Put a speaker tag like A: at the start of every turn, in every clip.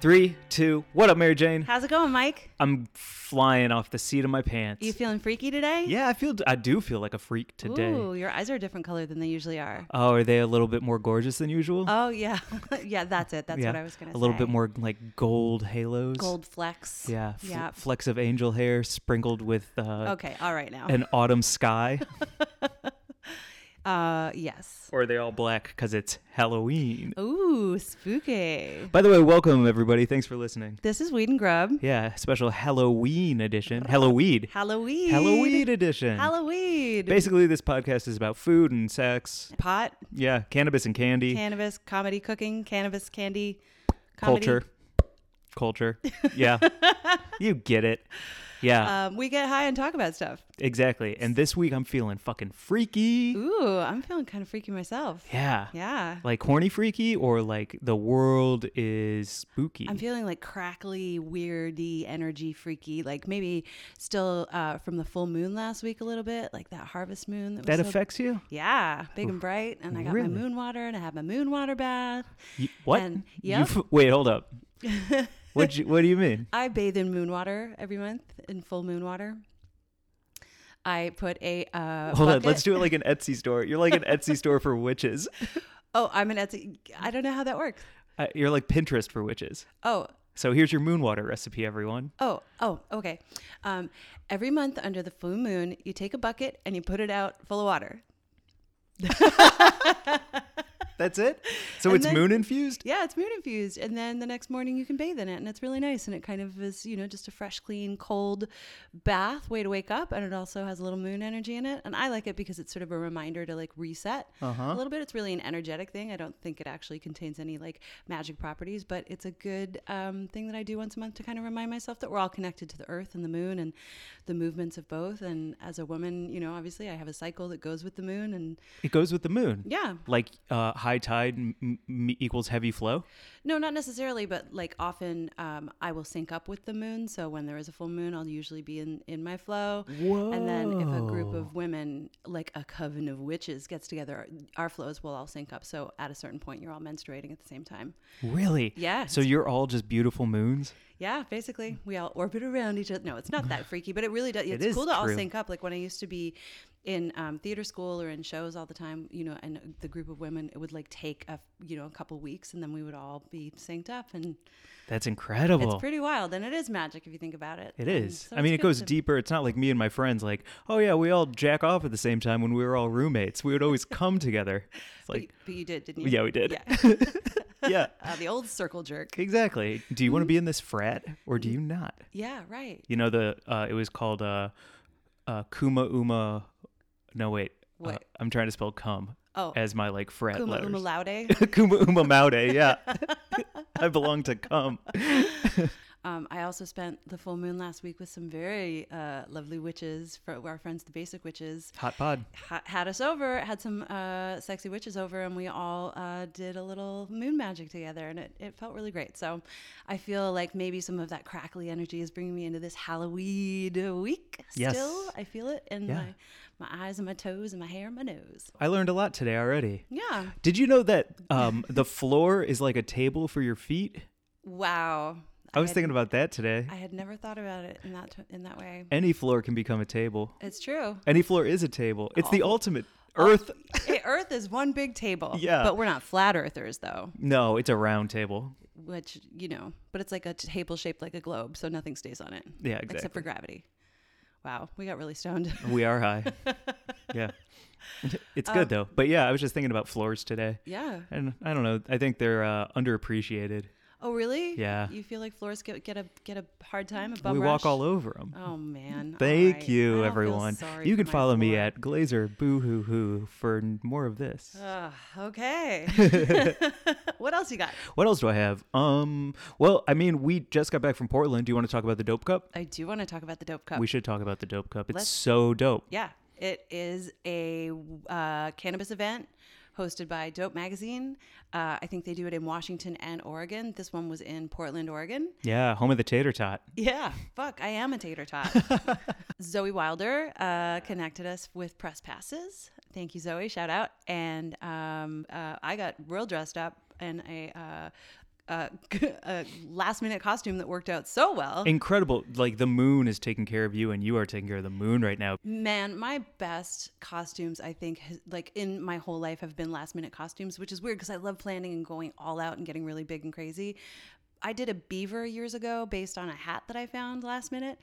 A: Three, two, what up, Mary Jane?
B: How's it going, Mike?
A: I'm flying off the seat of my pants.
B: You feeling freaky today?
A: yeah, I feel. I do feel like a freak today.
B: Ooh, your eyes are a different color than they usually are.
A: Oh, are they a little bit more gorgeous than usual?
B: Oh yeah, yeah. That's it. That's
A: yeah,
B: what I was gonna
A: a
B: say.
A: little bit more like gold halos.
B: gold flecks.
A: Yeah. f-
B: yeah.
A: Flecks of angel hair sprinkled with uh,
B: okay. All right now.
A: an autumn sky.
B: uh, yes.
A: or are they all black because it's Halloween?
B: Ooh, spooky.
A: By the way, welcome everybody. Thanks for listening.
B: This is Weed and Grub.
A: Yeah, special Halloween edition. Halloween.
B: Halloween.
A: Halloween edition.
B: Halloween.
A: Basically, this podcast is about food and sex.
B: Pot,
A: Yeah, cannabis and candy.
B: cannabis, comedy, cooking, cannabis, candy, comedy.
A: culture culture yeah you get it yeah
B: Um, we get high and talk about stuff.
A: exactly and this week i'm feeling fucking freaky
B: Ooh, I'm feeling kind of freaky myself.
A: yeah
B: Yeah.
A: like horny freaky or like the world is spooky
B: I'm feeling like crackly, weirdy, energy freaky. Like maybe still uh, from the full moon last week a little bit, like that harvest moon. That, was
A: that
B: so-
A: affects you?
B: Yeah, big and bright. And I got
A: Really?
B: my moon water, and I had my moon water bath.
A: You- what
B: And-
A: You
B: yep.
A: f- wait hold up what you, what do you mean
B: I bathe in moon water every month in full moon water. I put a uh,
A: hold on
B: bucket-
A: let's do it like an etsy store you're like an etsy store for witches
B: Oh, I'm an Etsy. I don't know how that works.
A: uh, you're like pinterest for witches
B: Oh,
A: so here's your moon water recipe everyone
B: Oh, oh, okay. Um, every month under the full moon, you take a bucket and you put it out full of water.
A: that's it so
B: And
A: it's
B: then-
A: moon infused
B: Yeah, it's moon infused. And then the next morning you can bathe in it and it's really nice. And it kind of is, you know, just a fresh, clean, cold bath way to wake up. And it also has a little moon energy in it. And I like it because it's sort of a reminder to like reset a little bit. It's really an energetic thing. I don't think it actually contains any like magic properties, but it's a good um, thing that I do once a month to kind of remind myself that we're all connected to the earth and the moon and the movements of both. And as a woman, you know, obviously I have a cycle that goes with the moon. And
A: it goes with the moon
B: yeah,
A: like uh, high tide m- m- equals heavy flow.
B: No, not necessarily, but like often um, I will sync up with the moon. So when there is a full moon, I'll usually be in, in my flow. And then if a group of women, like a coven of witches, gets together, our flows will all sync up. So at a certain point, you're all menstruating at the same time.
A: Really?
B: Yeah.
A: So you're all just beautiful moons.
B: Yeah, basically, we all orbit around each other. No, it's not that freaky, but it really does. It's
A: is
B: cool to all
A: true.
B: sync up. Like when I used to be in um, theater school or in shows all the time, you know, and the group of women, it would like take a you know a couple weeks, and then we would all be synced up and.
A: That's incredible.
B: It's pretty wild, and it is magic if you think about it.
A: It
B: And
A: is.
B: so
A: I mean, it
B: it's good
A: goes
B: to-
A: deeper. It's not like me and my friends, like, oh yeah, we all jack off at the same time when we were all roommates. We would always come together. It's
B: But you,
A: like,
B: but you did, didn't you?
A: yeah, we did.
B: Yeah.
A: yeah,
B: Uh, the old circle jerk.
A: exactly. Do you want to be in this frat or do you
B: Mm-hmm.
A: not?
B: Yeah, right.
A: You know the uh, it was called uh, uh, Kuma Uma. No wait, Uh,
B: What?
A: I'm trying to spell cum
B: Oh.
A: as my like frat
B: Uma
A: letters.
B: Uma Laude.
A: Kuma Uma Maude, yeah. I belong to cum.
B: Um, I also spent the full moon last week with some very uh, lovely witches, for our friends, the Basic Witches.
A: Hot pod.
B: Ha- had us over, had some uh, sexy witches over, and we all uh, did a little moon magic together, and it, it felt really great. So I feel like maybe some of that crackly energy is bringing me into this Halloween week
A: Yes.
B: still. I feel it in
A: Yeah.
B: my, my eyes and my toes and my hair and my nose.
A: I learned a lot today already.
B: Yeah.
A: Did you know that um, the floor is like a table for your feet?
B: Wow.
A: I was
B: had-
A: thinking about that today.
B: I had never thought about it in that t- in that way.
A: Any floor can become a table.
B: It's true.
A: Any floor is a table. It's the ultimate earth.
B: Eh, Earth is one big table.
A: Yeah.
B: But we're not flat earthers though,
A: No, it's a round table.
B: which, you know, but it's like a table shaped like a globe, so nothing stays on it.
A: Yeah,
B: Except for gravity. Wow, we got really stoned.
A: We are high. yeah. It's
B: Um,
A: good though. But yeah, I was just thinking about floors today.
B: yeah.
A: And I don't know. I think they're uh, underappreciated.
B: Oh, really?
A: Yeah.
B: You feel like floors get get a get a hard time? A bum
A: We walk
B: rush?
A: all over them.
B: Oh man. All
A: Thank
B: right. I don't
A: you,
B: feel
A: everyone.
B: sorry
A: You
B: for
A: can
B: my
A: follow me
B: floor.
A: at Glazer Boohoohoo for n- more of this.
B: Ugh, okay. what else you got?
A: what else do I have? Um, well, I mean, we just got back from Portland. Do you want to talk about the Dope Cup?
B: I do want to talk about the dope cup.
A: We should talk about the Dope Cup. It's
B: Uh, Let's-
A: so dope.
B: Yeah, it is a uh, cannabis event hosted by Dope Magazine. Uh, I think they do it in Washington and Oregon. This one was in Portland, Oregon.
A: Yeah, home of the tater tot.
B: Yeah, fuck, I am a tater tot. Zoe Wilder uh, connected us with press passes. Thank you, Zoe. Shout out. And um, uh, I got real dressed up in a. Uh, uh, a last minute costume that worked out so well.
A: Incredible. Like the moon is taking care of you, and you are taking care of the moon right now.
B: Man, my best costumes, I think, has, like in my whole life, have been last minute costumes, which is weird because I love planning and going all out and getting really big and crazy. I did a beaver years ago based on a hat that I found last minute.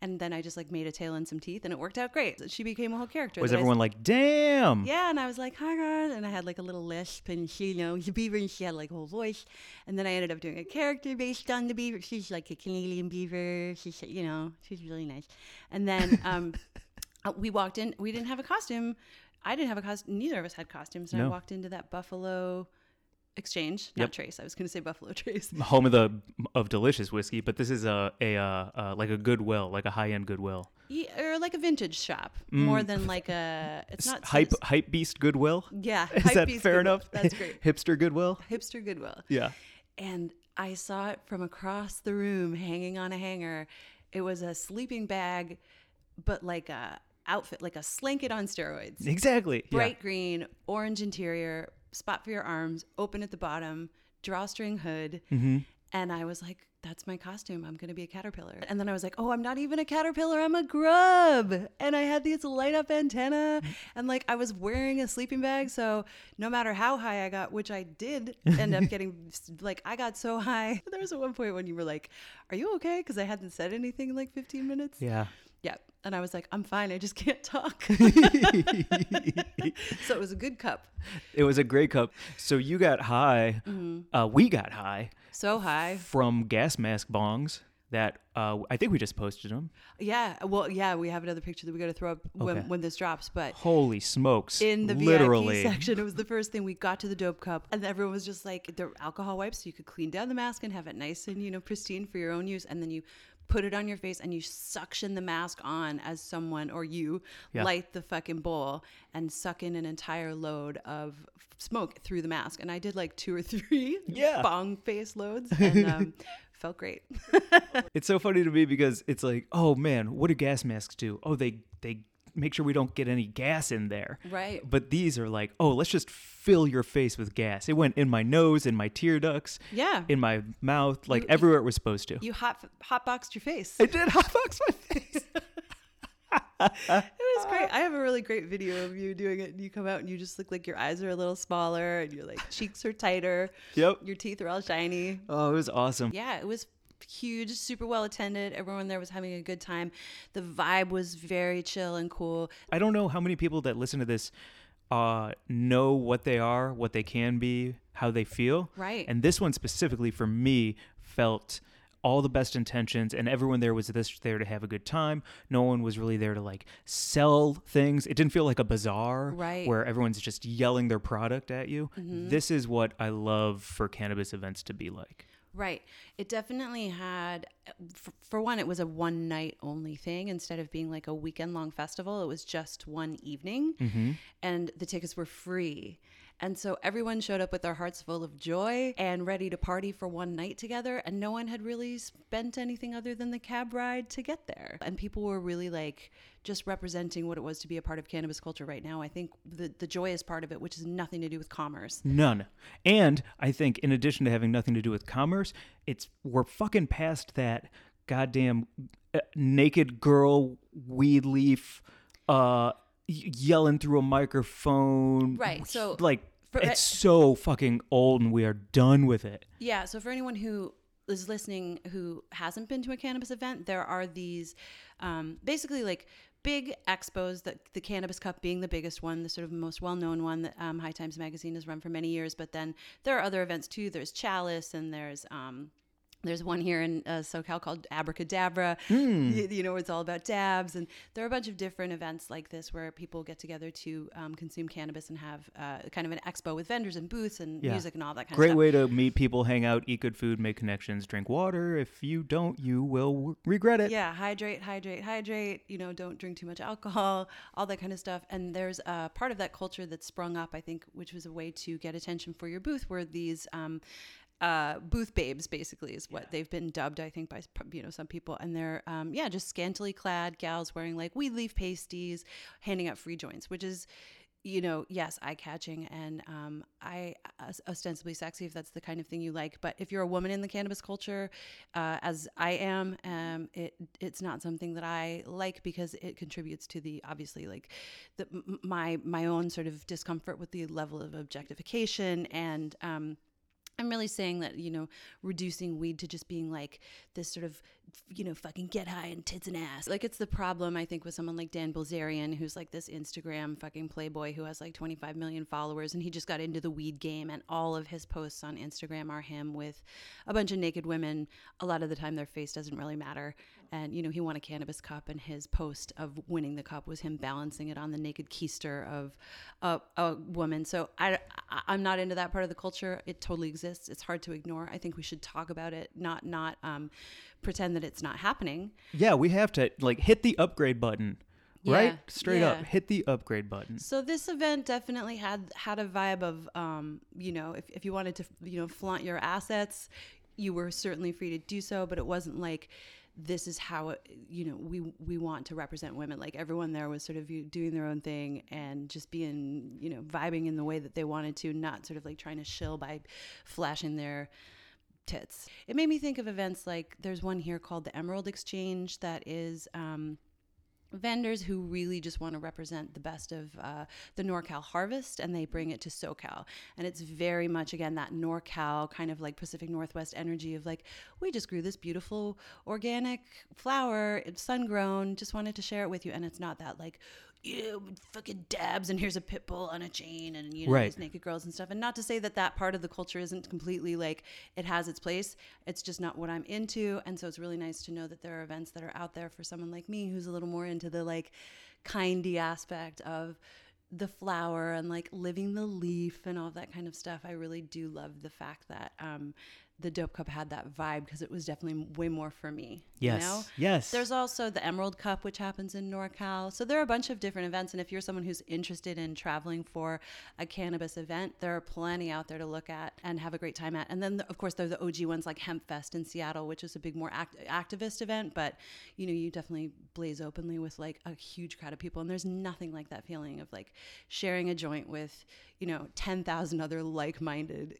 B: And then I just like made a tail and some teeth, and it worked out great. She became a whole character.
A: Was
B: that I-
A: everyone like, damn?
B: yeah, and I was like, hi guys, and I had like a little lisp, and she, you know, the beaver, and she had like a whole voice, and then I ended up doing a character based on the beaver. She's like a Canadian beaver. She's, you know, she's really nice. And then um, uh, we walked in. We didn't have a costume. I didn't have a costume. Neither of us had costumes. And I
A: No.
B: walked into that buffalo exchange, not
A: Yep.
B: Trace. I was going to say Buffalo Trace.
A: Home of the of delicious whiskey, but this is a a uh, uh, like a Goodwill, like a high end Goodwill.
B: Ye- e, or like a vintage shop, more than like a. It's not
A: Mm. hype hype beast Goodwill.
B: Yeah,
A: Is
B: hype
A: that
B: beast
A: fair
B: Goodwill.
A: enough?
B: That's great.
A: Hipster Goodwill.
B: Hipster Goodwill.
A: Yeah.
B: and I saw it from across the room hanging on a hanger. It was a sleeping bag, but like a outfit, like a slanket on steroids.
A: Exactly. Yeah.
B: Bright green, orange interior, spot for your arms, open at the bottom, drawstring hood. And I was like, that's my costume. I'm going to be a caterpillar. And then I was like, oh, I'm not even a caterpillar. I'm a grub. And I had these light up antenna. And like, I was wearing a sleeping bag. So no matter how high I got, which I did end up getting, like, I got so high. There was at one point when you were like, are you okay? Because I hadn't said anything in like 15 minutes.
A: Yeah.
B: Yeah. And I was like, I'm fine. I just can't talk. so it was a good cup.
A: It was a great cup. So you got high.
B: Mm-hmm.
A: Uh, we got high
B: So high.
A: from gas mask bongs that uh, I think we just posted them.
B: Yeah. Well, yeah, we have another picture that we got to throw up when,
A: Okay.
B: when this drops. But
A: Holy smokes!
B: in the
A: literally.
B: VIP section, it was the first thing we got to the dope cup. And everyone was just like, the alcohol wipes, so you could clean down the mask and have it nice and, you know, pristine for your own use. And then you put it on your face and you suction the mask on as someone or you
A: Yeah.
B: light the fucking bowl and suck in an entire load of f- smoke through the mask. And I did like two or three
A: Yeah.
B: bong face loads and um, felt great.
A: It's so funny to me because it's like, oh man, what do gas masks do? Oh, they they make sure we don't get any gas in there.
B: Right.
A: But these are like, oh, let's just fill your face with gas. It went in my nose, in my tear ducts,
B: Yeah. Mm.
A: in my mouth, like everywhere it was supposed to.
B: You hot hotboxed your face.
A: I did hotbox my face.
B: It was great. I have a really great video of you doing it. And you come out and you just look like your eyes are a little smaller and your like cheeks are tighter.
A: Yep.
B: Your teeth are all shiny.
A: Oh, it was awesome.
B: Yeah, it was huge, super well attended. Everyone there was having a good time. The vibe was very chill and cool.
A: I don't know how many people that listen to this uh, know what they are, what they can be, how they feel.
B: Right.
A: And this one specifically for me felt all the best intentions and everyone there was this there to have a good time. No one was really there to like sell things. It didn't feel like a bazaar
B: Right. Mm-hmm.
A: where everyone's just yelling their product at you. This is what I love for cannabis events to be like.
B: Right. It definitely had, for, for one, it was a one night only thing instead of being like a weekend long festival. It was just one evening, and the tickets were free. And so everyone showed up with their hearts full of joy and ready to party for one night together. And no one had really spent anything other than the cab ride to get there. And people were really like just representing what it was to be a part of cannabis culture right now. I think the, the joyous part of it, which has nothing to do with commerce.
A: None. And I think, in addition to having nothing to do with commerce, it's we're fucking past that goddamn uh, naked girl weed leaf, uh, y- yelling through a microphone.
B: Right, so-
A: like
B: For-
A: it's so fucking old, and we are done with it.
B: Yeah. So for anyone who is listening who hasn't been to a cannabis event, there are these um, basically like big expos, the, the Cannabis Cup being the biggest one, the sort of most well known one that um, High Times Magazine has run for many years. But then there are other events too. There's Chalice and there's. Um, there's one here in uh, SoCal called Abracadabra,
A: Hmm.
B: you, you know, where it's all about dabs. And there are a bunch of different events like this where people get together to um, consume cannabis and have uh, kind of an expo with vendors and booths and
A: Yeah.
B: music and all that kind of
A: Great
B: stuff.
A: way to meet people, hang out, eat good food, make connections, drink water. If you don't, you will w- regret it.
B: Yeah, hydrate, hydrate, hydrate. You know, don't drink too much alcohol, all that kind of stuff. And there's a part of that culture that sprung up, I think, which was a way to get attention for your booth, were these. Um, uh, booth babes basically is what they've been dubbed, I think, by you know some people, and they're um, yeah just scantily clad gals wearing like weed leaf pasties, handing out free joints, which is you know, yes, eye catching and um, I os- ostensibly sexy if that's the kind of thing you like. But if you're a woman in the cannabis culture, uh, as I am, um, it it's not something that I like because it contributes to the obviously like the, m- my my own sort of discomfort with the level of objectification and. Um, I'm really saying that, you know, reducing weed to just being like this sort of, you know, fucking get high and tits and ass. Like, it's the problem, I think, with someone like Dan Bilzerian, who's like this Instagram fucking playboy who has like 25 million followers and he just got into the weed game. And all of his posts on Instagram are him with a bunch of naked women. A lot of the time, their face doesn't really matter. And, you know, he won a cannabis cup, and his post of winning the cup was him balancing it on the naked keister of a, a woman. So I, I- I'm not into that part of the culture. It totally exists. It's hard to ignore. I think we should talk about it, not not um, pretend that it's not happening.
A: Yeah, we have to like hit the upgrade button.
B: Yeah,
A: Right? Straight
B: yeah.
A: up, hit the upgrade button.
B: So this event definitely had had a vibe of, um, you know, if, if you wanted to, you know, flaunt your assets, you were certainly free to do so. But it wasn't like this is how it, you know we we want to represent women. Like everyone there was sort of you doing their own thing and just being, you know, vibing in the way that they wanted to, not sort of like trying to shill by flashing their tits. It made me think of events like there's one here called the Emerald Exchange that is. Um, vendors who really just want to represent the best of uh, the NorCal harvest and they bring it to SoCal. And it's very much, again, that NorCal kind of like Pacific Northwest energy of like, we just grew this beautiful organic flower, it's sun grown, just wanted to share it with you. And it's not that like, you fucking dabs and here's a pit bull on a chain and you know
A: Right.
B: these naked girls and stuff and not to say that that part of the culture isn't completely like it has its place it's just not what i'm into and so it's really nice to know that there are events that are out there for someone like me who's a little more into the like kindy aspect of the flower and like living the leaf and all that kind of stuff i really do love the fact that um the dope cup had that vibe because it was definitely way more for me
A: Yes.
B: you know?
A: Yes.
B: There's also the Emerald Cup, which happens in NorCal. So there are a bunch of different events. And if you're someone who's interested in traveling for a cannabis event, there are plenty out there to look at and have a great time at. And then, of course, there are the OG ones like HempFest in Seattle, which is a big, more act- activist event. But, you know, you definitely blaze openly with like a huge crowd of people. And there's nothing like that feeling of like sharing a joint with, you know, 10,000 other like minded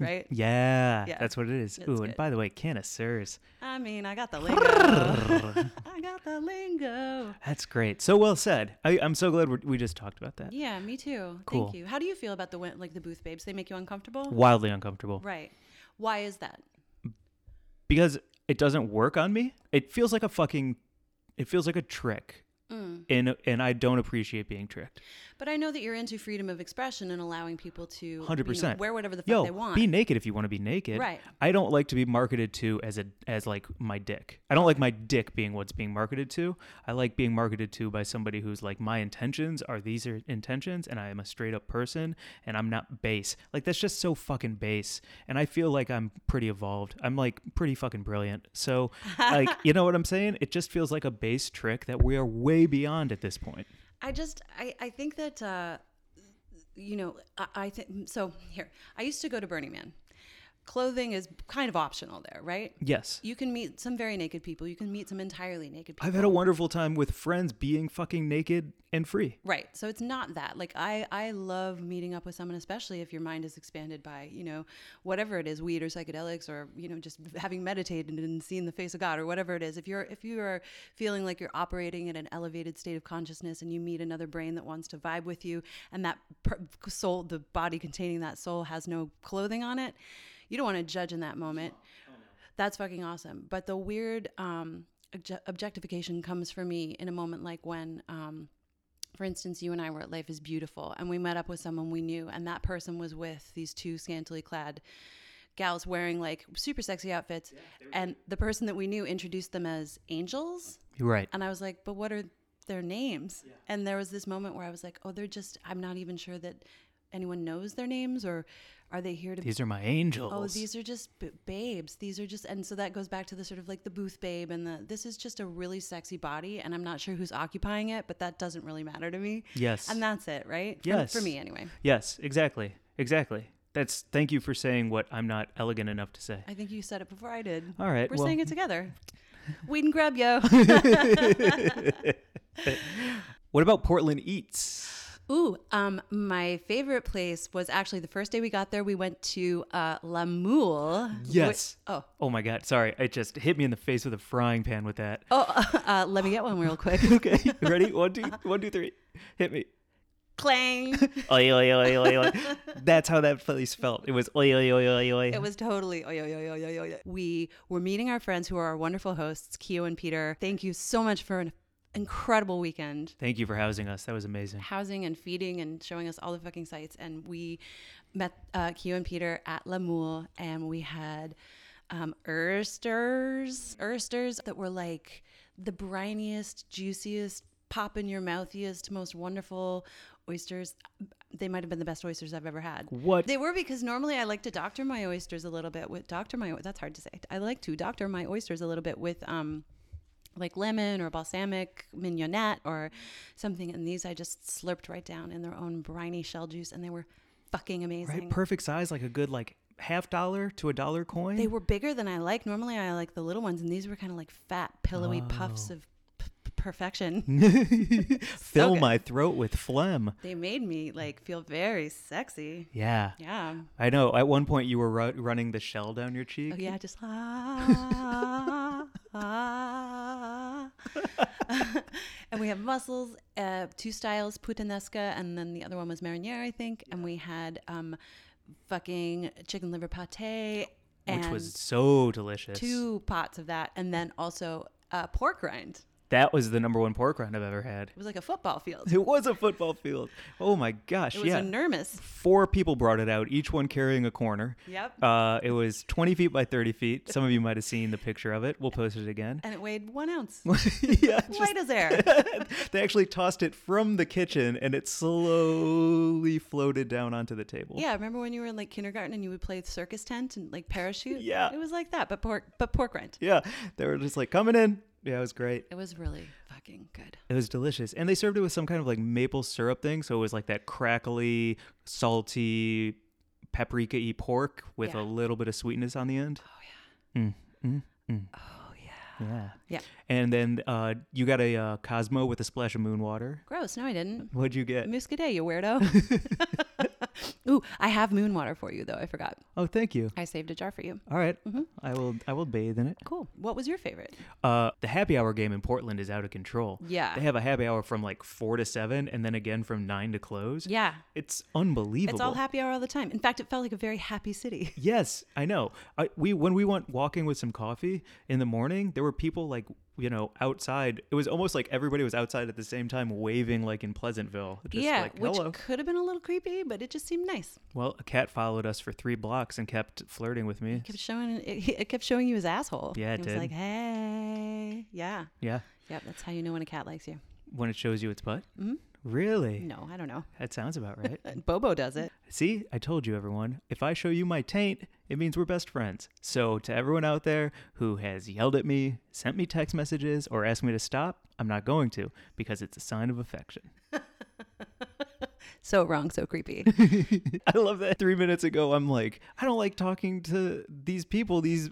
B: right?
A: yeah,
B: Yeah.
A: that's what it is.
B: It's
A: Ooh, and
B: good.
A: by the way, canisters.
B: I mean, I got the lingo. I got the lingo.
A: That's great. So well said. I, I'm so glad we're, we just talked about that.
B: Yeah, me too.
A: Cool.
B: Thank you. How do you feel about the win- like the booth babes? They make you uncomfortable?
A: Wildly uncomfortable.
B: Right. Why is that?
A: because it doesn't work on me. It feels like a fucking it feels like a trick.
B: Mm.
A: And and I don't appreciate being tricked.
B: But I know that you're into freedom of expression and allowing people to you know,
A: 100%.
B: wear whatever the fuck
A: Yo,
B: they want.
A: be naked if you want to be naked.
B: Right.
A: I don't like to be marketed to as a as like my dick. I don't like my dick being what's being marketed to. I like being marketed to by somebody who's like my intentions are these are intentions and I am a straight up person and I'm not base. Like that's just so fucking base. And I feel like I'm pretty evolved. I'm like pretty fucking brilliant. So like you know what I'm saying? It just feels like a base trick that we are way beyond at this point.
B: I just I, I think that uh, you know I, I think so. Here, I used to go to Burning Man. Clothing is kind of optional there, right?
A: Yes.
B: You can meet some very naked people. You can meet some entirely naked people.
A: I've had a wonderful time with friends being fucking naked and free.
B: Right. So it's not that. Like I I love meeting up with someone especially if your mind is expanded by, you know, whatever it is, weed or psychedelics or, you know, just having meditated and seen the face of God or whatever it is. If you're if you are feeling like you're operating in an elevated state of consciousness and you meet another brain that wants to vibe with you and that per- soul the body containing that soul has no clothing on it, you don't want to judge in that moment. That's fucking awesome. But the weird um obje- objectification comes for me in a moment like when um, for instance, you and I were at Life is Beautiful and we met up with someone we knew, and that person was with these two scantily clad gals wearing like super sexy outfits. and the person that we knew introduced them as angels.
A: You're right.
B: And I was like, but what are their names? And there was this moment where I was like, oh, they're just, I'm not even sure that anyone knows their names or are they here to
A: These are my angels.
B: Oh, these are just b- babes. These are just, and so that goes back to the sort of like the booth babe and the this is just a really sexy body, and I'm not sure who's occupying it, but that doesn't really matter to me.
A: Yes.
B: And that's it, right? For-
A: Yes.
B: For, me, anyway.
A: yes, exactly. Exactly. That's thank you for saying what I'm not elegant enough to say.
B: I think you said it before I did.
A: All right,
B: We're
A: well-
B: saying it together. Weed and grub, yo.
A: What about Portland Eats?
B: Ooh, um, my favorite place was actually the first day we got there. We went to uh, La Moule. whi-
A: Yes.
B: oh,
A: Oh my god, sorry. It just hit me in the face with a frying pan with that.
B: oh, uh, let me get one real quick.
A: Okay. Ready? One, two, one, two, three. Hit me.
B: Clang.
A: Oi, oi, oi, oi, oi. That's how that place felt. It was oi, oi, oi, oi, oi.
B: It was totally. Oy, oy, oy, oy, oy, oy. We were meeting our friends who are our wonderful hosts, Keo and Peter. Thank you so much for an incredible weekend
A: Thank you for housing us. That was amazing.
B: housing and feeding and showing us all the fucking sites. And we met uh, Keo and Peter at La Moule and we had um, oysters, oysters that were like the briniest, juiciest, pop in your mouthiest, most wonderful oysters. They might have been the best oysters I've ever had.
A: What?
B: They were because normally I like to doctor my oysters a little bit with doctor my that's hard to say. I like to doctor my oysters a little bit with um like lemon or balsamic mignonette or something. And these I just slurped right down in their own briny shell juice, and they were fucking amazing.
A: Right? Perfect size, like a good like half dollar to a dollar coin.
B: They were bigger than I like. Normally, I like the little ones, and these were kind of like fat, pillowy
A: Oh.
B: puffs of p- p- perfection.
A: Fill
B: good.
A: my throat with phlegm.
B: they made me like feel very sexy.
A: Yeah.
B: Yeah.
A: I know. At one point, you were ru- running the shell down your cheek.
B: Oh yeah, just ah, ah. and we have mussels, uh, two styles, puttanesca, and then the other one was mariniere, I think. And we had um, fucking chicken liver pate, and
A: Which was so delicious.
B: two pots of that, and then also uh, pork rind.
A: That was the number one pork rind I've ever had.
B: It was like a football field.
A: It was a football field. Oh my gosh.
B: It was
A: yeah.
B: enormous.
A: Four people brought it out, each one carrying a corner.
B: Yep.
A: Uh, it was 20 feet by 30 feet. Some of you might have seen the picture of it. We'll post it again.
B: and it weighed one ounce,
A: yeah, just-
B: light as air.
A: they actually tossed it from the kitchen and it slowly floated down onto the table.
B: Yeah, remember when you were in like kindergarten and you would play with circus tent and like parachute?
A: Yeah.
B: it was like that, but pork, but pork rind.
A: Yeah. They were just like coming in. Yeah, it was great.
B: It was really fucking good.
A: It was delicious. And they served it with some kind of like maple syrup thing. So it was like that crackly, salty, paprika y pork with
B: Yeah.
A: a little bit of sweetness on the end. Oh, yeah. Mm, mm, mm. Oh, yeah. Yeah.
B: Yeah.
A: And then uh, you got a uh, Cosmo with a splash of moon water. Gross.
B: Gross. No, I didn't.
A: What'd you get?
B: Muscadet, you weirdo. Ooh, I have moon water for you though. I forgot.
A: Oh, thank you.
B: I saved a jar for you.
A: All right.
B: Mm-hmm.
A: I will I will bathe in it.
B: Cool. What was your favorite?
A: Uh, the happy hour game in Portland is out of control.
B: Yeah.
A: They have a happy hour from like 4 to 7 and then again from 9 to close.
B: Yeah.
A: It's unbelievable.
B: It's all happy hour all the time. In fact, it felt like a very happy city.
A: Yes, I know. I, we when we went walking with some coffee in the morning, there were people like you know outside. It was almost like everybody was outside at the same time, waving like in Pleasantville. Just like,
B: which
A: hello.
B: could have been a little creepy, but it just seemed nice.
A: Well, a cat followed us for three blocks and kept flirting with me.
B: It kept showing it, it kept showing you his asshole.
A: Yeah, it
B: was
A: did.
B: like, hey, yeah,
A: Yeah,
B: yep. That's how you know when a cat likes you.
A: when it shows you its butt. Mm-hmm. Really?
B: No, I don't know. Uh,
A: That sounds about right.
B: Bobo does it.
A: See, I told you, everyone. If I show you my taint, it means we're best friends. So, to everyone out there who has yelled at me, sent me text messages, or asked me to stop, I'm not going to because it's a sign of affection.
B: So wrong, so creepy.
A: I love that three minutes ago, I'm like, I don't like talking to these people, these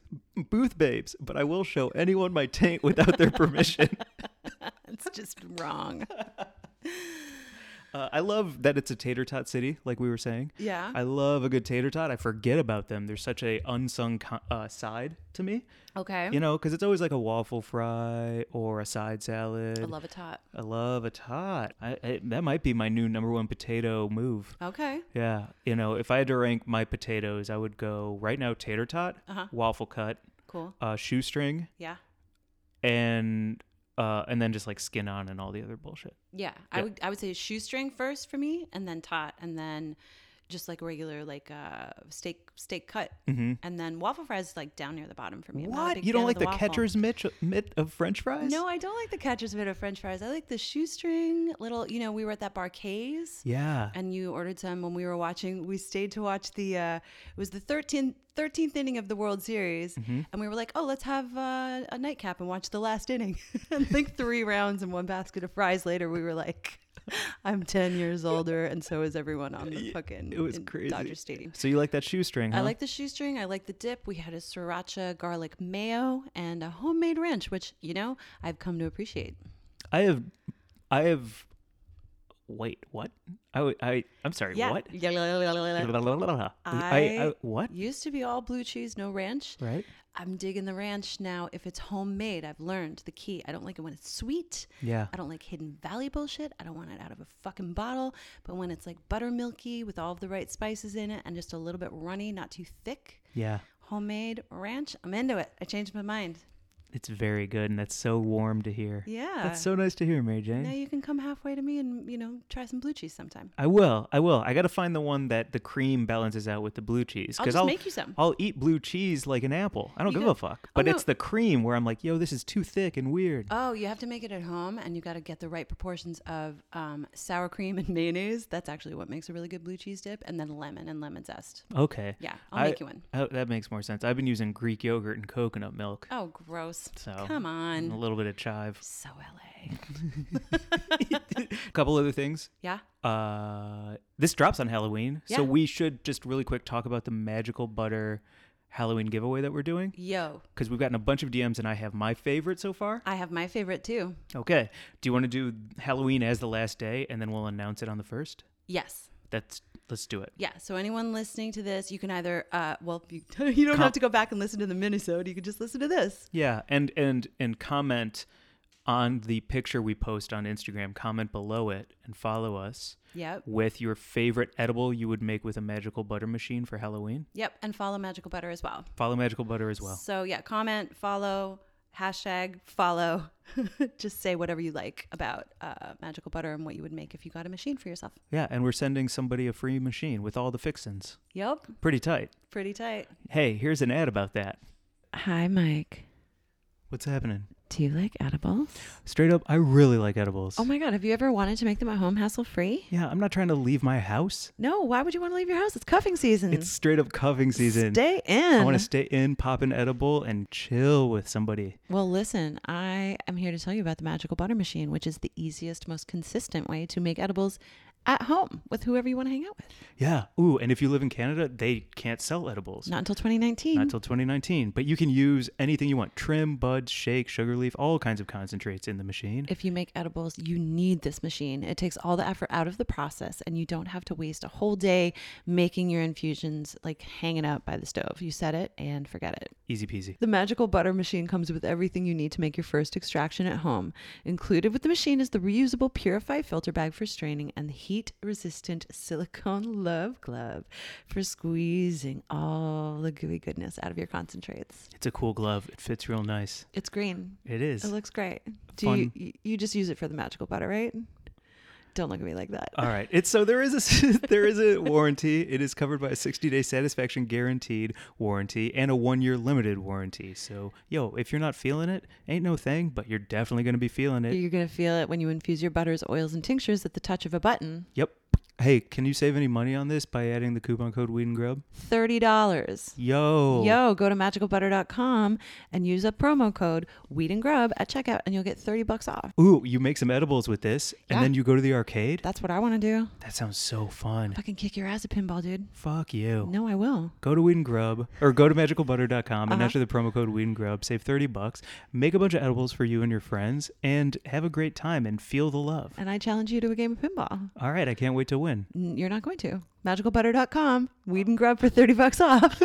A: booth babes, but I will show anyone my taint without their permission.
B: it's just wrong.
A: uh, I love that it's a tater tot city, like we were saying.
B: Yeah.
A: I love a good tater tot. I forget about them. They're such a unsung co- uh, side to me.
B: Okay.
A: You know, because it's always like a waffle fry or a side salad.
B: I love a tot.
A: I love a tot. I, I, that might be my new number one potato move.
B: Okay.
A: Yeah, you know, if I had to rank my potatoes, I would go right now tater tot,
B: Uh-huh.
A: waffle cut,
B: Cool.
A: uh, shoestring,
B: Yeah.
A: and uh, and then just like skin on and all the other bullshit.
B: Yeah, I would I would say shoestring first for me, and then tot, and then just like regular like uh steak steak cut, and then waffle fries is like down near the bottom for me. I'm not a big
A: Mm-hmm. you don't
B: fan of
A: like the,
B: waffle.
A: catcher's mitt, mitt of French fries?
B: No, I don't like the catcher's mitt of French fries. I like the shoestring little. You know, we were at that bar K's.
A: Yeah.
B: And you ordered some when we were watching. We stayed to watch the. Uh, it was the 13th, 13th inning of the World Series,
A: Mm-hmm.
B: and we were like, "Oh, let's have uh, a nightcap and watch the last inning." and like three rounds and one basket of fries later, we were like, "I'm 10 years older, and so is everyone on the fucking
A: it was
B: in
A: crazy. Uh-huh.
B: Dodger Stadium."
A: So you like that shoestring? Huh?
B: I like the shoestring. I like the dip. We had a sriracha garlic mayo and a homemade ranch, which, you know, I've come to appreciate.
A: I have. I have. Wait, what? I would- I I'm sorry.
B: Yeah.
A: What?
B: Yeah.
A: La, la, la, la, la. I, I
B: I-
A: what?
B: Used to be all blue cheese, no ranch.
A: Right.
B: I'm digging the ranch now. If it's homemade, I've learned the key. I don't like it when it's sweet.
A: Yeah.
B: I don't like Hidden Valley bullshit. I don't want it out of a fucking bottle. But when it's like buttermilky with all of the right spices in it and just a little bit runny, not too thick,
A: Yeah.
B: homemade ranch, I'm into it. I changed my mind.
A: It's very good, and that's so warm to hear.
B: Yeah.
A: That's so nice to hear, Mary Jane.
B: Now you can come halfway to me and you know try some blue cheese sometime.
A: I will. I will. I got to find the one that the cream balances out with the blue cheese.
B: I'll
A: 'cause
B: just make you some.
A: I'll eat blue cheese like an apple. I don't
B: You
A: give
B: got-
A: a fuck.
B: Oh,
A: But
B: no.
A: it's the cream where I'm like, yo, this is too thick and weird.
B: Oh, you have to make it at home, and you got to get the right proportions of um, sour cream and mayonnaise. That's actually what makes a really good blue cheese dip, and then lemon and lemon zest.
A: okay.
B: Yeah, I'll
A: I-
B: make you one.
A: Oh, that makes more sense. I've been using Greek yogurt and coconut milk.
B: Oh, gross!
A: So
B: Come
A: and a
B: on,
A: little bit of chive.
B: so la.
A: A couple other things.
B: Yeah,
A: Uh, this drops on Halloween, so
B: Yeah.
A: we should just really quick talk about the magical butter Halloween giveaway that we're doing
B: yo,
A: because we've gotten a bunch of DMs and I have my favorite so far.
B: I have my favorite too.
A: Okay. Do you want to do Halloween as the last day and then we'll announce it on the first?
B: Yes.
A: That's let's do it.
B: Yeah, so anyone listening to this, you can either, uh, well, you, you don't have to go back and listen to the Minnesota. You can just listen to this.
A: Yeah, and and and comment on the picture we post on Instagram. Comment below it and follow us
B: Yep.
A: with your favorite edible you would make with a magical butter machine for Halloween.
B: Yep. And follow Magical Butter as well.
A: Follow magical butter as well.
B: So yeah, comment, follow, hashtag follow. Just say whatever you like about uh, magical butter and what you would make if you got a machine for yourself.
A: Yeah, and we're sending somebody a free machine with all the fixins.
B: Yep,
A: Pretty tight.
B: pretty tight.
A: Hey, here's an ad about that.
B: Hi, Mike.
A: What's happening?
B: Do you like edibles?
A: Straight up, I really like edibles.
B: Oh my god, have you ever wanted to make them at home hassle free?
A: yeah, I'm not trying to leave my house.
B: No, why would you want to leave your house? It's cuffing season.
A: It's straight up cuffing season.
B: Stay
A: I want
B: in.
A: to stay in, pop an edible, and chill with somebody.
B: well, listen, I am here to tell you about the magical butter machine, which is the easiest, most consistent way to make edibles at home with whoever you want to hang out with.
A: Yeah. Ooh, and if you live in Canada, they can't sell edibles.
B: Not until 2019.
A: Not till 2019, but you can use anything you want trim, buds, shake, sugar leaf, all kinds of concentrates in the machine.
B: if you make edibles, you need this machine. It takes all the effort out of the process, and you don't have to waste a whole day making your infusions like hanging out by the stove. You set it and forget it.
A: Easy peasy.
B: The magical butter machine comes with everything you need to make your first extraction at home. Included with the machine is the reusable Purify filter bag for straining and the heat resistant silicone love glove for squeezing all the gooey goodness out of your concentrates.
A: It's a cool glove. It fits real nice.
B: It's green.
A: It is.
B: It looks great. Do
A: Fun.
B: you you just use it for the magical butter, right? Don't look at me like that.
A: all right. It's so there is a s- there is a warranty. It is covered by a 60-day satisfaction guaranteed warranty and a 1-year limited warranty. So, yo, if you're not feeling it, ain't no thing, but you're definitely going to be feeling it.
B: You're gonna feel it when you infuse your butters, oils, and tinctures at the touch of a button.
A: Yep. Hey, can you save any money on this by adding the coupon code Weed and Grub?
B: Thirty dollars.
A: Yo.
B: Yo, go to magicalbutter.com and use a promo code Weed and Grub at checkout, and you'll get thirty bucks off.
A: Ooh, you make some edibles with this, and
B: Yeah.
A: then you go to the arcade.
B: That's what I want to do.
A: That sounds so fun.
B: Fucking kick your ass at pinball, dude.
A: Fuck you.
B: No, I will.
A: Go to Weed and Grub or go to magicalbutter.com and
B: Uh-huh.
A: enter the promo code Weed and Grub. Save 30 bucks, make a bunch of edibles for you and your friends, and have a great time and feel the love.
B: And I challenge you to a game of pinball.
A: All right, I can't wait to win.
B: N- You're not going to. Magicalbutter.com, Weed and Grub for thirty bucks off.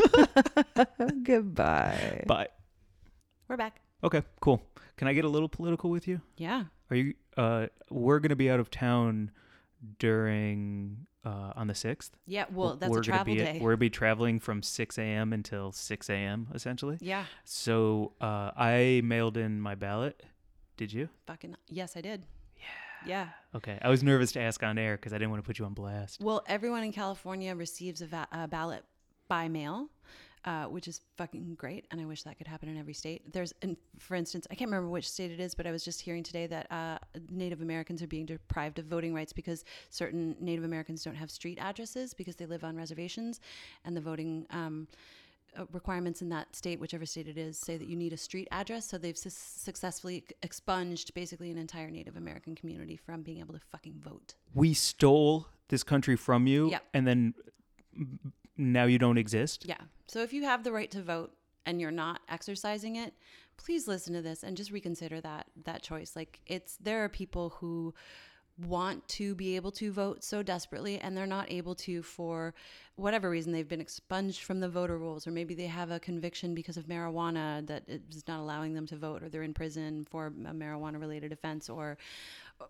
B: Goodbye.
A: Bye.
B: We're back.
A: Okay, cool. Can I get a little political with you?
B: Yeah.
A: Are you uh we're going to be out of town during uh, on the 6th.
B: Yeah, well, that's
A: we're
B: a
A: gonna
B: travel
A: be,
B: day.
A: We're going to be traveling from 6 a.m. until 6 a.m., essentially.
B: yeah,
A: So uh, I mailed in my ballot. Did you?
B: fucking yes, I did. Yeah. Yeah.
A: Okay. I was nervous to ask on air because I didn't want to put you on blast.
B: Well, everyone in California receives a, va- a ballot by mail, uh, which is fucking great, and I wish that could happen in every state. There's, in, for instance, I can't remember which state it is, but I was just hearing today that uh, Native Americans are being deprived of voting rights because certain Native Americans don't have street addresses because they live on reservations, and the voting. Um, uh, requirements in that state, whichever state it is, say that you need a street address. So they've sus- successfully expunged basically an entire Native American community from being able to fucking vote.
A: We stole this country from you,
B: Yeah.
A: and then m- now you don't exist.
B: Yeah. So if you have the right to vote and you're not exercising it, please listen to this and just reconsider that that choice. Like it's there are people who want to be able to vote so desperately and they're not able to for whatever reason they've been expunged from the voter rolls or maybe they have a conviction because of marijuana that is not allowing them to vote or they're in prison for a marijuana related offense or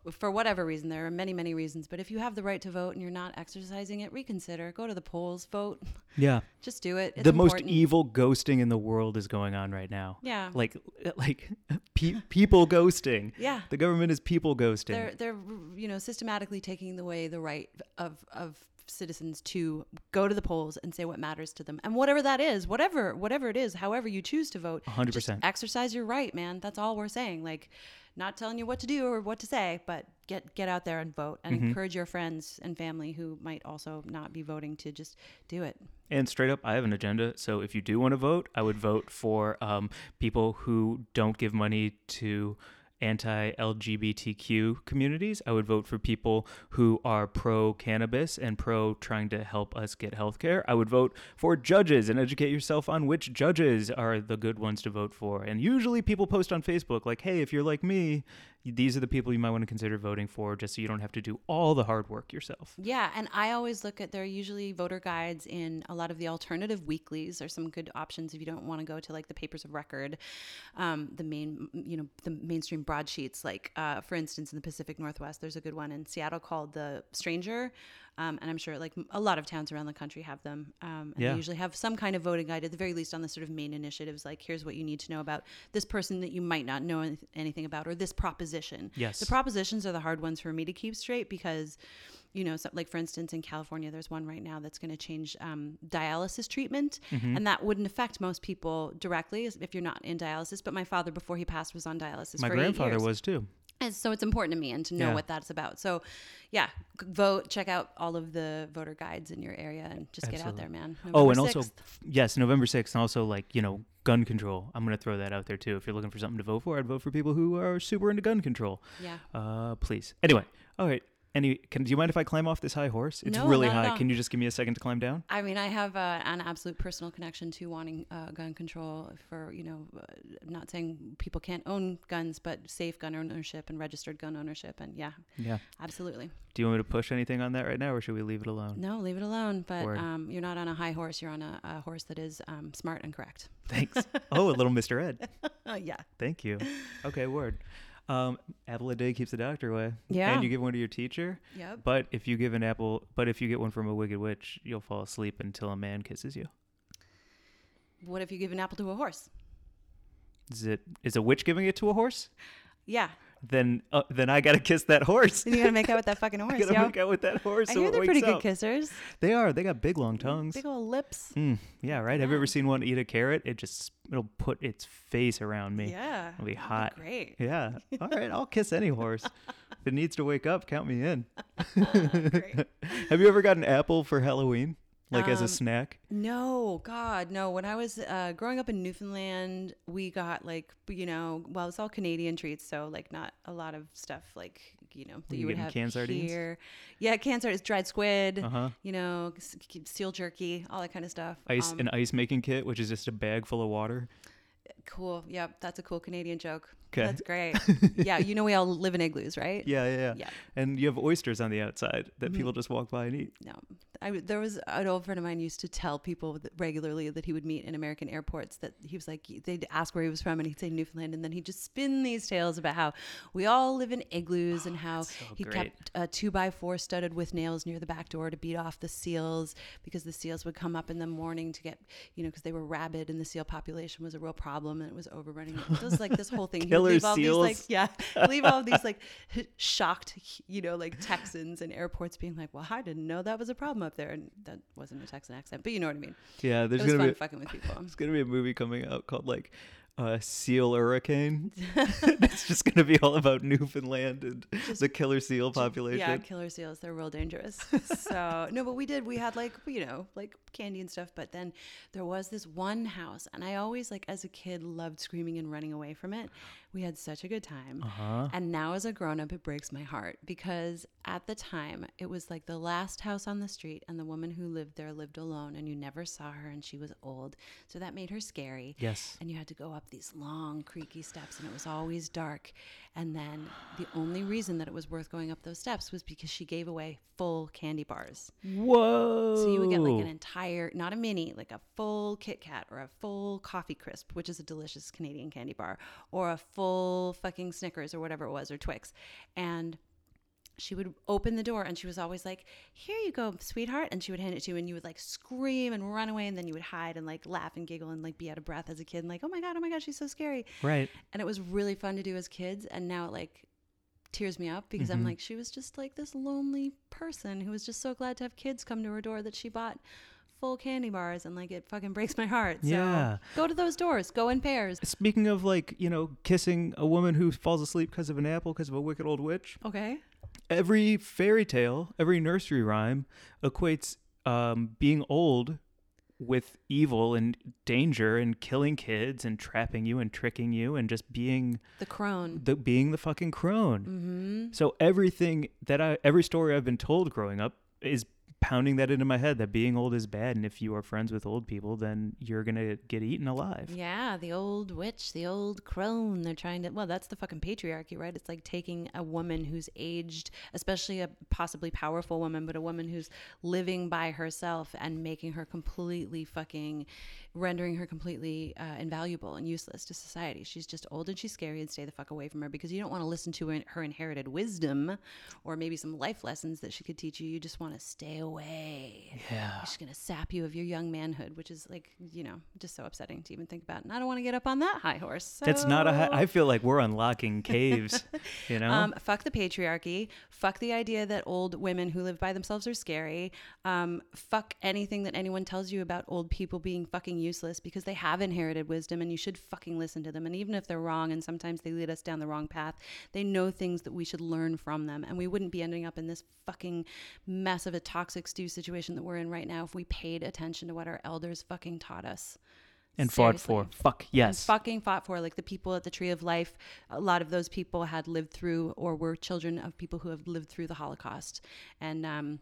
B: for whatever reason there are many many reasons but if you have the right to vote and you're not exercising it reconsider go to the polls vote
A: Yeah.
B: just do it. It's
A: the most
B: important.
A: evil ghosting in the world is going on right now.
B: Yeah.
A: Like, like pe- people ghosting.
B: Yeah.
A: The government is people ghosting.
B: They're they're you know systematically taking away the right of of citizens to go to the polls and say what matters to them and whatever that is whatever whatever it is however you choose to vote
A: 100%.
B: just exercise your right man that's all we're saying like not telling you what to do or what to say but get get out there and vote and
A: Mm-hmm.
B: encourage your friends and family who might also not be voting to just do it
A: And straight up, I have an agenda. So if you do want to vote, I would vote for um, people who don't give money to anti LGBTQ communities. I would vote for people who are pro cannabis and pro trying to help us get health care. I would vote for judges and educate yourself on which judges are the good ones to vote for. And usually people post on Facebook, like, hey, if you're like me, these are the people you might want to consider voting for just so you don't have to do all the hard work yourself.
B: Yeah, and I always look at there are usually voter guides in a lot of the alternative weeklies. Are some good options if you don't want to go to like the papers of record, um, the main you know the mainstream broadsheets. Like uh, for instance, in the Pacific Northwest, there's a good one in Seattle called the Stranger, um, and I'm sure like a lot of towns around the country have them. Um, and
A: Yeah.
B: They usually have some kind of voting guide at the very least on the sort of main initiatives. Like here's what you need to know about this person that you might not know anyth- anything about, or this proposition.
A: Yes.
B: The propositions are the hard ones for me to keep straight because, you know, so, like for instance, in California, there's one right now that's going to change um, dialysis treatment,
A: Mm-hmm.
B: and that wouldn't affect most people directly as- if you're not in dialysis. But my father, before he passed, was on dialysis.
A: My
B: for eight
A: grandfather
B: years.
A: was too.
B: And so it's important to me and to know
A: Yeah.
B: what that's about. So, yeah, g- vote. Check out all of the voter guides in your area and just get out
A: Absolutely.
B: there, man.
A: Oh,
B: November
A: and also
B: 6th.
A: yes, November sixth, and also like you know, gun control. I'm gonna throw that out there too. If you're looking for something to vote for, I'd vote for people who are super into gun control.
B: yeah.
A: Uh, please. Anyway, all right. Any? Can do you mind if I climb off this high horse? It's
B: No,
A: really
B: not at
A: high.
B: all.
A: Can you just give me a second to climb down?
B: I mean, I have uh, an absolute personal connection to wanting uh, gun control for, you know, uh, not saying people can't own guns, but safe gun ownership and registered gun ownership. And yeah,
A: Yeah.
B: absolutely.
A: Do you want me to push anything on that right now, or should we leave it alone?
B: No, leave it alone. But
A: Word.
B: um, you're not on a high horse. You're on a, a horse that is um, smart and correct.
A: Thanks. oh, a little Mr. Ed.
B: Oh, yeah.
A: Thank you. Okay, word. Um, apple a day keeps the doctor away.
B: Yeah.
A: And you give one to your teacher.
B: Yep.
A: But if you give an apple, but if you get one from a wicked witch, you'll fall asleep until a man kisses you.
B: What if you give an apple to a horse?
A: Is it is a witch giving it to a horse?
B: Yeah.
A: Then uh, then I gotta kiss that horse.
B: Then you got to make out with that fucking
A: I
B: horse,
A: gotta
B: yo.
A: make out with that horse.
B: I
A: so
B: hear
A: it
B: they're
A: wakes
B: pretty good
A: up.
B: kissers.
A: They are. They got big long tongues.
B: Big old lips.
A: Mm, yeah, right. Have you ever seen one eat a carrot? It just it'll put its face around me.
B: Yeah.
A: it'll be
B: That'd
A: hot.
B: Great.
A: Yeah. All right. I'll kiss any horse. if it needs to wake up, count me in.
B: Great.
A: Have you ever got an apple for Halloween, like as a
B: Um,
A: snack?
B: No, God, no. When I was uh, growing up in Newfoundland, we got like you know, well, it's all Canadian treats, so like not a lot of stuff like you know that
A: you
B: you, would
A: getting
B: have
A: canned sardines?
B: here. Yeah, canned sardines, dried squid,
A: Uh huh.
B: you know, s- seal jerky, all that kind of stuff.
A: Ice
B: Um,
A: an ice making kit, which is just a bag full of water.
B: cool. Yep, that's a cool Canadian joke.
A: 'Kay.
B: That's great. yeah, you know we all live in igloos, right?
A: Yeah, yeah, yeah.
B: Yeah. Mm-hmm.
A: And you have oysters on the outside that people just walk by and eat.
B: No, I w- there was an old friend of mine used to tell people that regularly that he would meet in American airports that he was like they'd ask where he was from and he'd say Newfoundland and then he'd just spin these tales about how we all live in igloos and how he
A: great.
B: kept a two by four studded with nails near the back door to beat off the seals because the seals would come up in the morning to get you know because they were rabid and the seal population was a real problem and it was overrunning. It was like this whole thing. He would
A: Killer
B: leave all these, like,
A: seals.
B: yeah, leave all these like shocked, you know, like Texans in airports being like, "Well, I didn't know that was a problem up there," and that wasn't a Texan accent, but you know what I mean.
A: Yeah, there's
B: it was
A: gonna
B: fun
A: be
B: fucking with people.
A: there's gonna be a movie coming out called like uh, Seal Hurricane. it's just gonna be all about Newfoundland and the killer seal population.
B: Yeah, killer seals, they're real dangerous. so, no, but we did. We had like, you know, like candy and stuff. But then there was this one house, and I always, like, as a kid, loved screaming and running away from it. We had such a good time. And now, as a grown up, it breaks my heart because at the time, it was like the last house on the street, and the woman who lived there lived alone, and you never saw her, and she was old. So that made her scary.
A: Yes.
B: And you had to go up these long, creaky steps, and it was always dark. And then the only reason that it was worth going up those steps was because she gave away full candy bars.
A: Whoa.
B: So you would get like an entire, not a mini, like a full Kit Kat or a full Coffee Crisp, which is a delicious Canadian candy bar, or a full fucking Snickers or whatever it was, or Twix. And she would open the door and she was always like, Here you go, sweetheart. And she would hand it to you and you would like scream and run away. And then you would hide and like laugh and giggle and like be out of breath as a kid and like, Oh my God, oh my God, she's so scary
A: right.
B: and it was really fun to do as kids and now it like tears me up because i'm like she was just like this lonely person who was just so glad to have kids come to her door that she bought full candy bars and like it fucking breaks my heart so
A: Yeah.
B: go to those doors go in pairs
A: Speaking of like, you know, kissing a woman who falls asleep because of an apple, because of a wicked old witch,
B: okay
A: every fairy tale, every nursery rhyme equates um, being old with evil and danger and killing kids and trapping you and tricking you and just being
B: the crone
A: the being the fucking crone.
B: Mm-hmm.
A: So everything that I every story I've been told growing up is pounding that into my head that being old is bad and if you are friends with old people then you're going to get eaten alive.
B: yeah the old witch the old crone they're trying to well that's the fucking patriarchy right it's like taking a woman who's aged especially a possibly powerful woman but a woman who's living by herself and making her completely fucking rendering her completely uh, invaluable and useless to society. She's just old and she's scary and stay the fuck away from her because you don't want to listen to her, her inherited wisdom or maybe some life lessons that she could teach you. You just want to stay away. Yeah. She's going to sap you of your young manhood, which is like, you know, just so upsetting to even think about. And I don't want to get up on that high horse.
A: That's not a
B: so-
A: high, I feel like we're unlocking caves, you know?
B: um, fuck the patriarchy. Fuck the idea that old women who live by themselves are scary. Um, fuck anything that anyone tells you about old people being fucking useless because they have inherited wisdom and you should fucking listen to them. And even if they're wrong and sometimes they lead us down the wrong path, they know things that we should learn from them. And we wouldn't be ending up in this fucking mess of a toxic stew situation that we're in right now if we paid attention to what our elders fucking taught us
A: and fought for.
B: seriously.
A: Fuck,
B: and
A: yes.
B: fucking fought for. Like the people at the Tree of Life, a lot of those people had lived through or were children of people who have lived through the Holocaust. And um,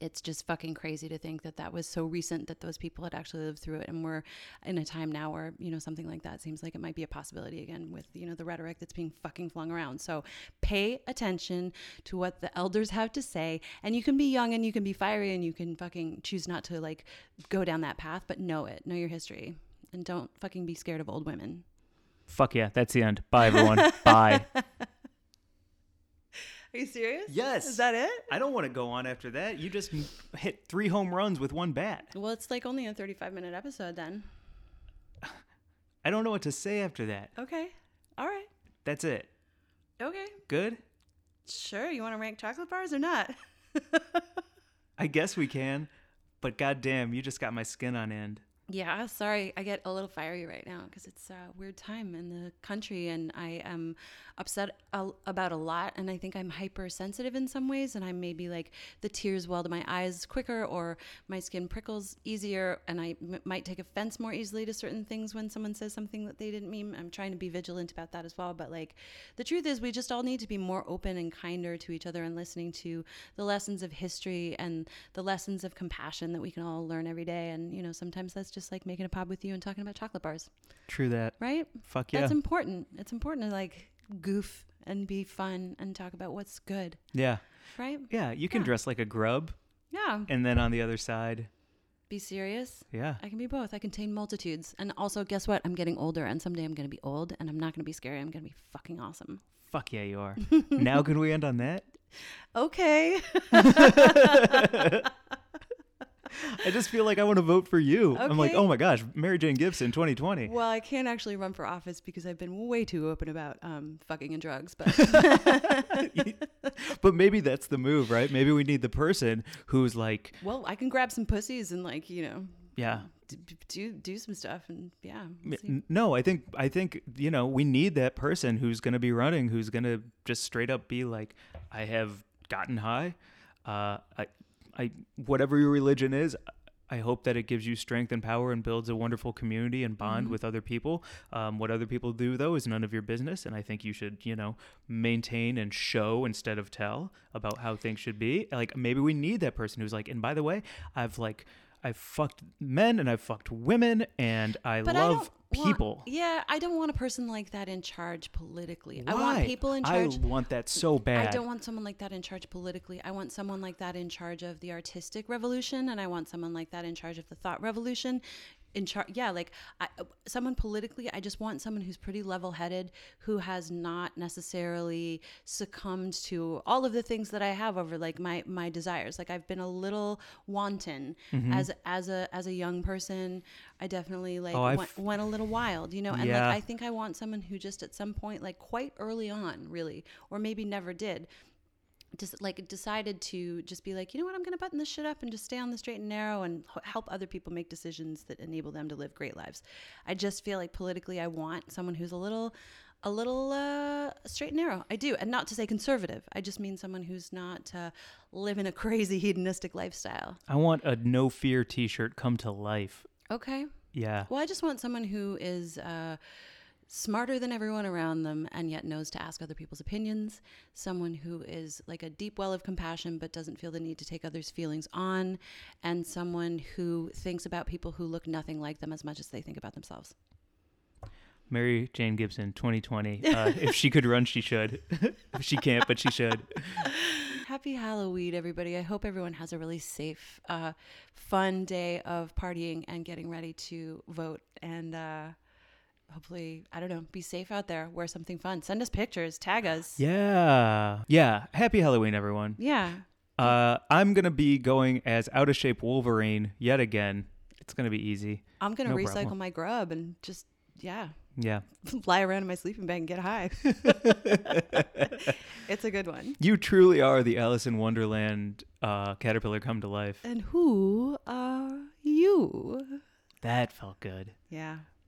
B: it's just fucking crazy to think that that was so recent that those people had actually lived through it. And we're in a time now where, you know, something like that seems like it might be a possibility again with, you know, the rhetoric that's being fucking flung around. So pay attention to what the elders have to say. And you can be young and you can be fiery and you can fucking choose not to like go down that path, but know it, know your history and don't fucking be scared of old women.
A: Fuck yeah, that's the end. Bye everyone. Bye.
B: Are you serious?
A: Yes.
B: Is that it?
A: I don't want to go on after that. You just hit 3 home runs with one bat.
B: Well, it's like only a 35 minute episode then.
A: I don't know what to say after that.
B: Okay. All right.
A: That's it.
B: Okay.
A: Good?
B: Sure. You want to rank chocolate bars or not?
A: I guess we can. But goddamn, you just got my skin on end.
B: Yeah, sorry. I get a little fiery right now because it's a weird time in the country and I am upset a- about a lot. And I think I'm hypersensitive in some ways. And I'm maybe like the tears well to my eyes quicker or my skin prickles easier. And I m- might take offense more easily to certain things when someone says something that they didn't mean. I'm trying to be vigilant about that as well. But like the truth is, we just all need to be more open and kinder to each other and listening to the lessons of history and the lessons of compassion that we can all learn every day. And, you know, sometimes that's just like making a pop with you and talking about chocolate bars,
A: True that.
B: right?
A: Fuck yeah.
B: That's important. It's important to like goof and be fun and talk about what's good,
A: yeah.
B: right?
A: Yeah, you can
B: Yeah.
A: dress like a grub.
B: Yeah.
A: and then on the other side,
B: Be serious.
A: yeah,
B: I can be both. I contain multitudes. And also, guess what? I'm getting older, and someday I'm going to be old, and I'm not going to be scary. I'm going to be fucking awesome.
A: fuck yeah, you are. now can we end on that?
B: Okay.
A: I just feel like I want to vote for you. I'm like,
B: Okay.
A: oh my gosh, Mary Jane Gibson, 2020.
B: Well, I can't actually run for office because I've been way too open about um, fucking and drugs. But
A: but maybe that's the move, right? Maybe we need the person who's like,
B: well, I can grab some pussies and like you know
A: yeah,
B: d- d- do do some stuff, and yeah. we'll
A: N-
B: see.
A: No, I think I think you know we need that person who's going to be running, who's going to just straight up be like, I have gotten high. Uh, I, I, whatever your religion is, I hope that it gives you strength and power and builds a wonderful community and bond with other people. Um, what other people do though is none of your business, and I think you should you know maintain and show instead of tell about how things should be. Like maybe we need that person who's like, and by the way, I've like. I've fucked men and I've fucked women and I
B: But
A: love
B: don't want-
A: people.
B: yeah, I don't want a person like that in charge politically. I want
A: Why?
B: people in
A: I
B: charge.
A: want that so bad.
B: I don't want someone like that in charge politically. I want someone like that in charge of the artistic revolution, and I want someone like that in charge of the thought revolution. In charge, yeah, like I, uh, someone politically. I just want someone who's pretty level-headed, who has not necessarily succumbed to all of the things that I have over like my my desires. Like I've been a little wanton
A: Mm-hmm.
B: as as a as a young person. I definitely like
A: Oh, I
B: went, went a little wild, you know. And
A: Yeah.
B: like I think I want someone who just at some point, like quite early on, really, or maybe never did, just like decided to just be like, you know what, I'm going to button this shit up and just stay on the straight and narrow and h- help other people make decisions that enable them to live great lives. I just feel like politically, I want someone who's a little, a little uh, straight and narrow. I do, and not to say conservative. I just mean someone who's not uh, living a crazy hedonistic lifestyle.
A: I want a no fear T-shirt come to life.
B: Okay.
A: Yeah,
B: Well, I just want someone who is uh, smarter than everyone around them and yet knows to ask other people's opinions. Someone who is like a deep well of compassion but doesn't feel the need to take others' feelings on. And someone who thinks about people who look nothing like them as much as they think about themselves.
A: Mary Jane Gibson, 2020. Uh, if she could run, she should. if she can't, but she should.
B: Happy Halloween, everybody. I hope everyone has a really safe, uh, fun day of partying and getting ready to vote. And uh, hopefully, I don't know, be safe out there. Wear something fun. Send us pictures, tag us.
A: Yeah, yeah. Happy Halloween, everyone.
B: yeah.
A: Uh, I'm gonna be going as out of shape Wolverine yet again. It's gonna be easy.
B: I'm gonna
A: No
B: recycle
A: problem.
B: my grub and just yeah,
A: Yeah.
B: lie around in my sleeping bag and get high. it's a good one.
A: You truly are the Alice in Wonderland uh, caterpillar come to life.
B: And who are you?
A: That felt good.
B: Yeah.